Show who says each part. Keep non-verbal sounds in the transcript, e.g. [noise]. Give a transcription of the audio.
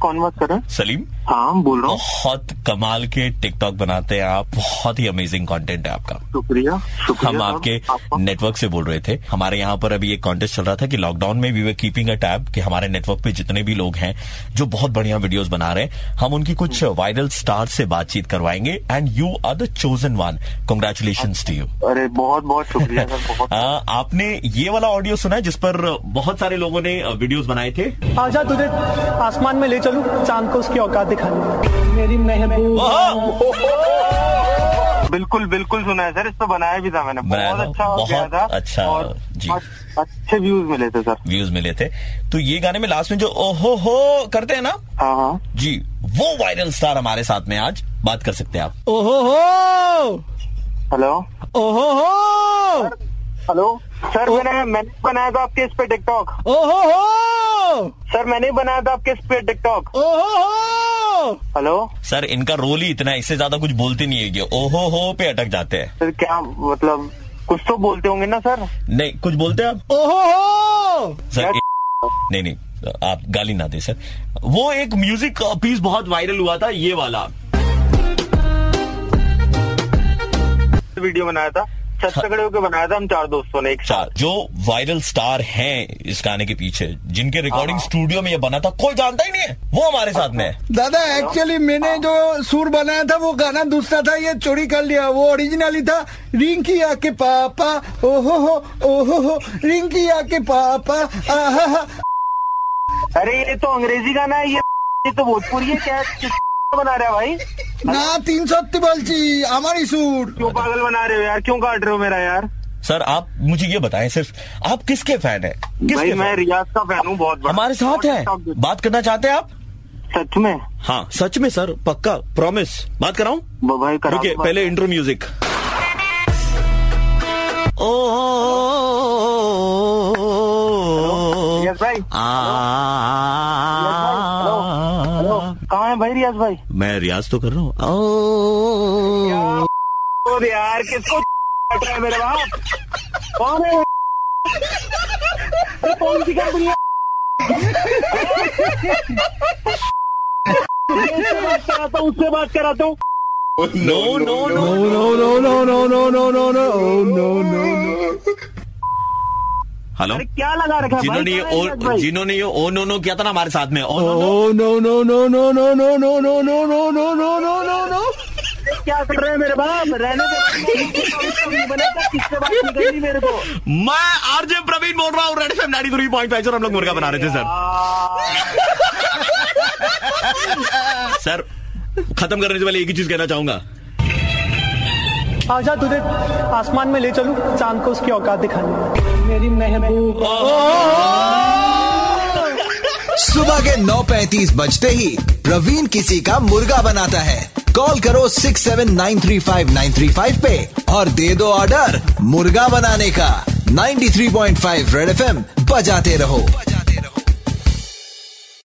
Speaker 1: कौन बात कर रहे हैं
Speaker 2: सलीम
Speaker 1: हाँ बोल रहा हूँ
Speaker 2: बहुत कमाल के टिकटॉक बनाते हैं आप बहुत ही अमेजिंग कंटेंट है आपका
Speaker 1: शुक्रिया शुक्रिया
Speaker 2: तो हम
Speaker 1: साहब,
Speaker 2: आपके
Speaker 1: आपका।
Speaker 2: नेटवर्क से बोल रहे थे हमारे यहाँ पर अभी एक कॉन्टेस्ट चल रहा था कि लॉकडाउन में we were keeping a tab कि हमारे नेटवर्क पे जितने भी लोग हैं जो बहुत बढ़िया वीडियोस बना रहे हैं हम उनकी कुछ वायरल स्टार से बातचीत करवाएंगे and you are the chosen one congratulation to you
Speaker 1: अरे बहुत बहुत शुक्रिया सर बहुत
Speaker 2: [laughs] Uh, आपने ये वाला ऑडियो सुना है जिस पर uh, बहुत सारे लोगों ने वीडियोस बनाए थे
Speaker 3: आजा तुझे आसमान में ले चलूं चांद को उसकी औकात दिखाने मेरी महबूब
Speaker 2: वाह!
Speaker 1: बिल्कुल बिल्कुल सुना है सर इसको बनाया भी था मैंने
Speaker 2: बनाया
Speaker 1: बहुत
Speaker 2: था,
Speaker 1: अच्छा हो गया
Speaker 2: बहुत
Speaker 1: था
Speaker 2: अच्छा,
Speaker 1: और
Speaker 2: जी।
Speaker 1: अच्छ- अच्छे व्यूज मिले थे सर
Speaker 2: व्यूज मिले थे तो ये गाने में लास्ट में जो ओहो हो करते हैं ना
Speaker 1: हाँ हाँ
Speaker 2: जी वो वायरल स्टार हमारे साथ में आज बात कर सकते हैं आप
Speaker 3: ओहो हो
Speaker 1: हेलो
Speaker 3: ओहो हो
Speaker 1: हेलो सर मैंने मैंने बनाया था आपके इस पे टिकटॉक
Speaker 3: ओहो हो
Speaker 1: सर मैंने ही बनाया था आपके इस पे टिकटॉक
Speaker 3: ओहो हो
Speaker 1: हेलो
Speaker 2: सर इनका रोल ही इतना है, इससे ज्यादा कुछ बोलते नहीं है ये ओहो हो पे अटक जाते हैं
Speaker 1: सर क्या मतलब कुछ तो बोलते होंगे ना सर
Speaker 2: नहीं कुछ बोलते हैं आप
Speaker 3: ओहो हो
Speaker 2: सर
Speaker 1: क्या
Speaker 2: ए- नहीं नहीं आप गाली ना दे सर वो एक म्यूजिक पीस बहुत वायरल हुआ था ये वाला
Speaker 1: वीडियो बनाया था छत पे खड़े होकर बनाया था हम चार दोस्तों ने एक
Speaker 2: हाँ। चार
Speaker 1: साथ
Speaker 2: जो वायरल स्टार हैं इस गाने के पीछे जिनके रिकॉर्डिंग
Speaker 1: हाँ।
Speaker 2: स्टूडियो में ये बना था कोई जानता ही नहीं है वो हमारे साथ में है
Speaker 4: दादा एक्चुअली
Speaker 1: हाँ।
Speaker 4: मैंने जो सुर बनाया था वो गाना दूसरा था ये चोरी कर लिया वो ओरिजिनल ही था रिंकी आके पापा ओहो हो ओहो हो रिंकी आके पापा आहा हा।
Speaker 1: अरे ये तो अंग्रेजी गाना है ये ये तो भोजपुरी है क्या किस [laughs] बना रहे हो भाई
Speaker 4: ना तीन सत्य बोलची हमारी सुर
Speaker 1: क्यों पागल बना रहे हो यार क्यों काट रहे हो मेरा यार
Speaker 2: सर आप मुझे ये बताएं सिर्फ आप किसके फैन हैं
Speaker 1: भाई
Speaker 2: किसके
Speaker 1: मैं
Speaker 2: फैन?
Speaker 1: रियाज का फैन हूँ बहुत बड़ा
Speaker 2: हमारे साथ
Speaker 1: बहुत
Speaker 2: है
Speaker 1: TikTok देखता
Speaker 2: बात करना चाहते हैं आप
Speaker 1: हूँ। सच में
Speaker 2: हाँ सच में सर पक्का प्रॉमिस बात कराऊं
Speaker 1: ब- भाई करा
Speaker 2: रुके
Speaker 1: दो बात।
Speaker 2: पहले इंट्रो म्यूजिक ओ
Speaker 1: रियाज भाई हेलो हेलो
Speaker 2: आ
Speaker 1: कहाँ है भाई रियाज भाई
Speaker 2: मैं रियाज तो कर रहा हूँ
Speaker 1: तो यार किसको काट रहा है मेरे बाप कौन है अरे कौन सी कंपनी है इससे बात कराता हूँ, उससे बात कराता हूँ
Speaker 2: no no no
Speaker 4: no no no no no no no no no no no no
Speaker 2: hello
Speaker 1: अरे क्या लगा रखा है भाई?
Speaker 2: जिन्होंने ये ओ
Speaker 1: कहाँ है रियाज भाई?
Speaker 2: जिन्होंने ये ओ नो नो किया था ना हमारे साथ में oh no no
Speaker 4: oh no no no no no no no no no no no no no no no
Speaker 1: क्या कर रहे हैं मेरे बाप रहने
Speaker 2: [laughs]
Speaker 1: दे बना था, किससे बात नहीं करनी मेरे को
Speaker 2: मैं आरजे प्रवीण बोल रहा हूँ रेड एफएम 93.5 सर हम लोग मुर्गा बना रहे थे सर
Speaker 1: आ,
Speaker 2: सर खत्म करने से पहले एक ही चीज कहना चाहूंगा
Speaker 3: आजा तुझे आसमान में ले चलूं चांद को उसकी औकात दिखाने मेरी महबूब
Speaker 5: सुबह के 9:35 बजते ही प्रवीण किसी का मुर्गा बनाता है कॉल करो 6793595 पे और दे दो ऑर्डर मुर्गा बनाने का 93.5 रेड एफएम बजाते रहो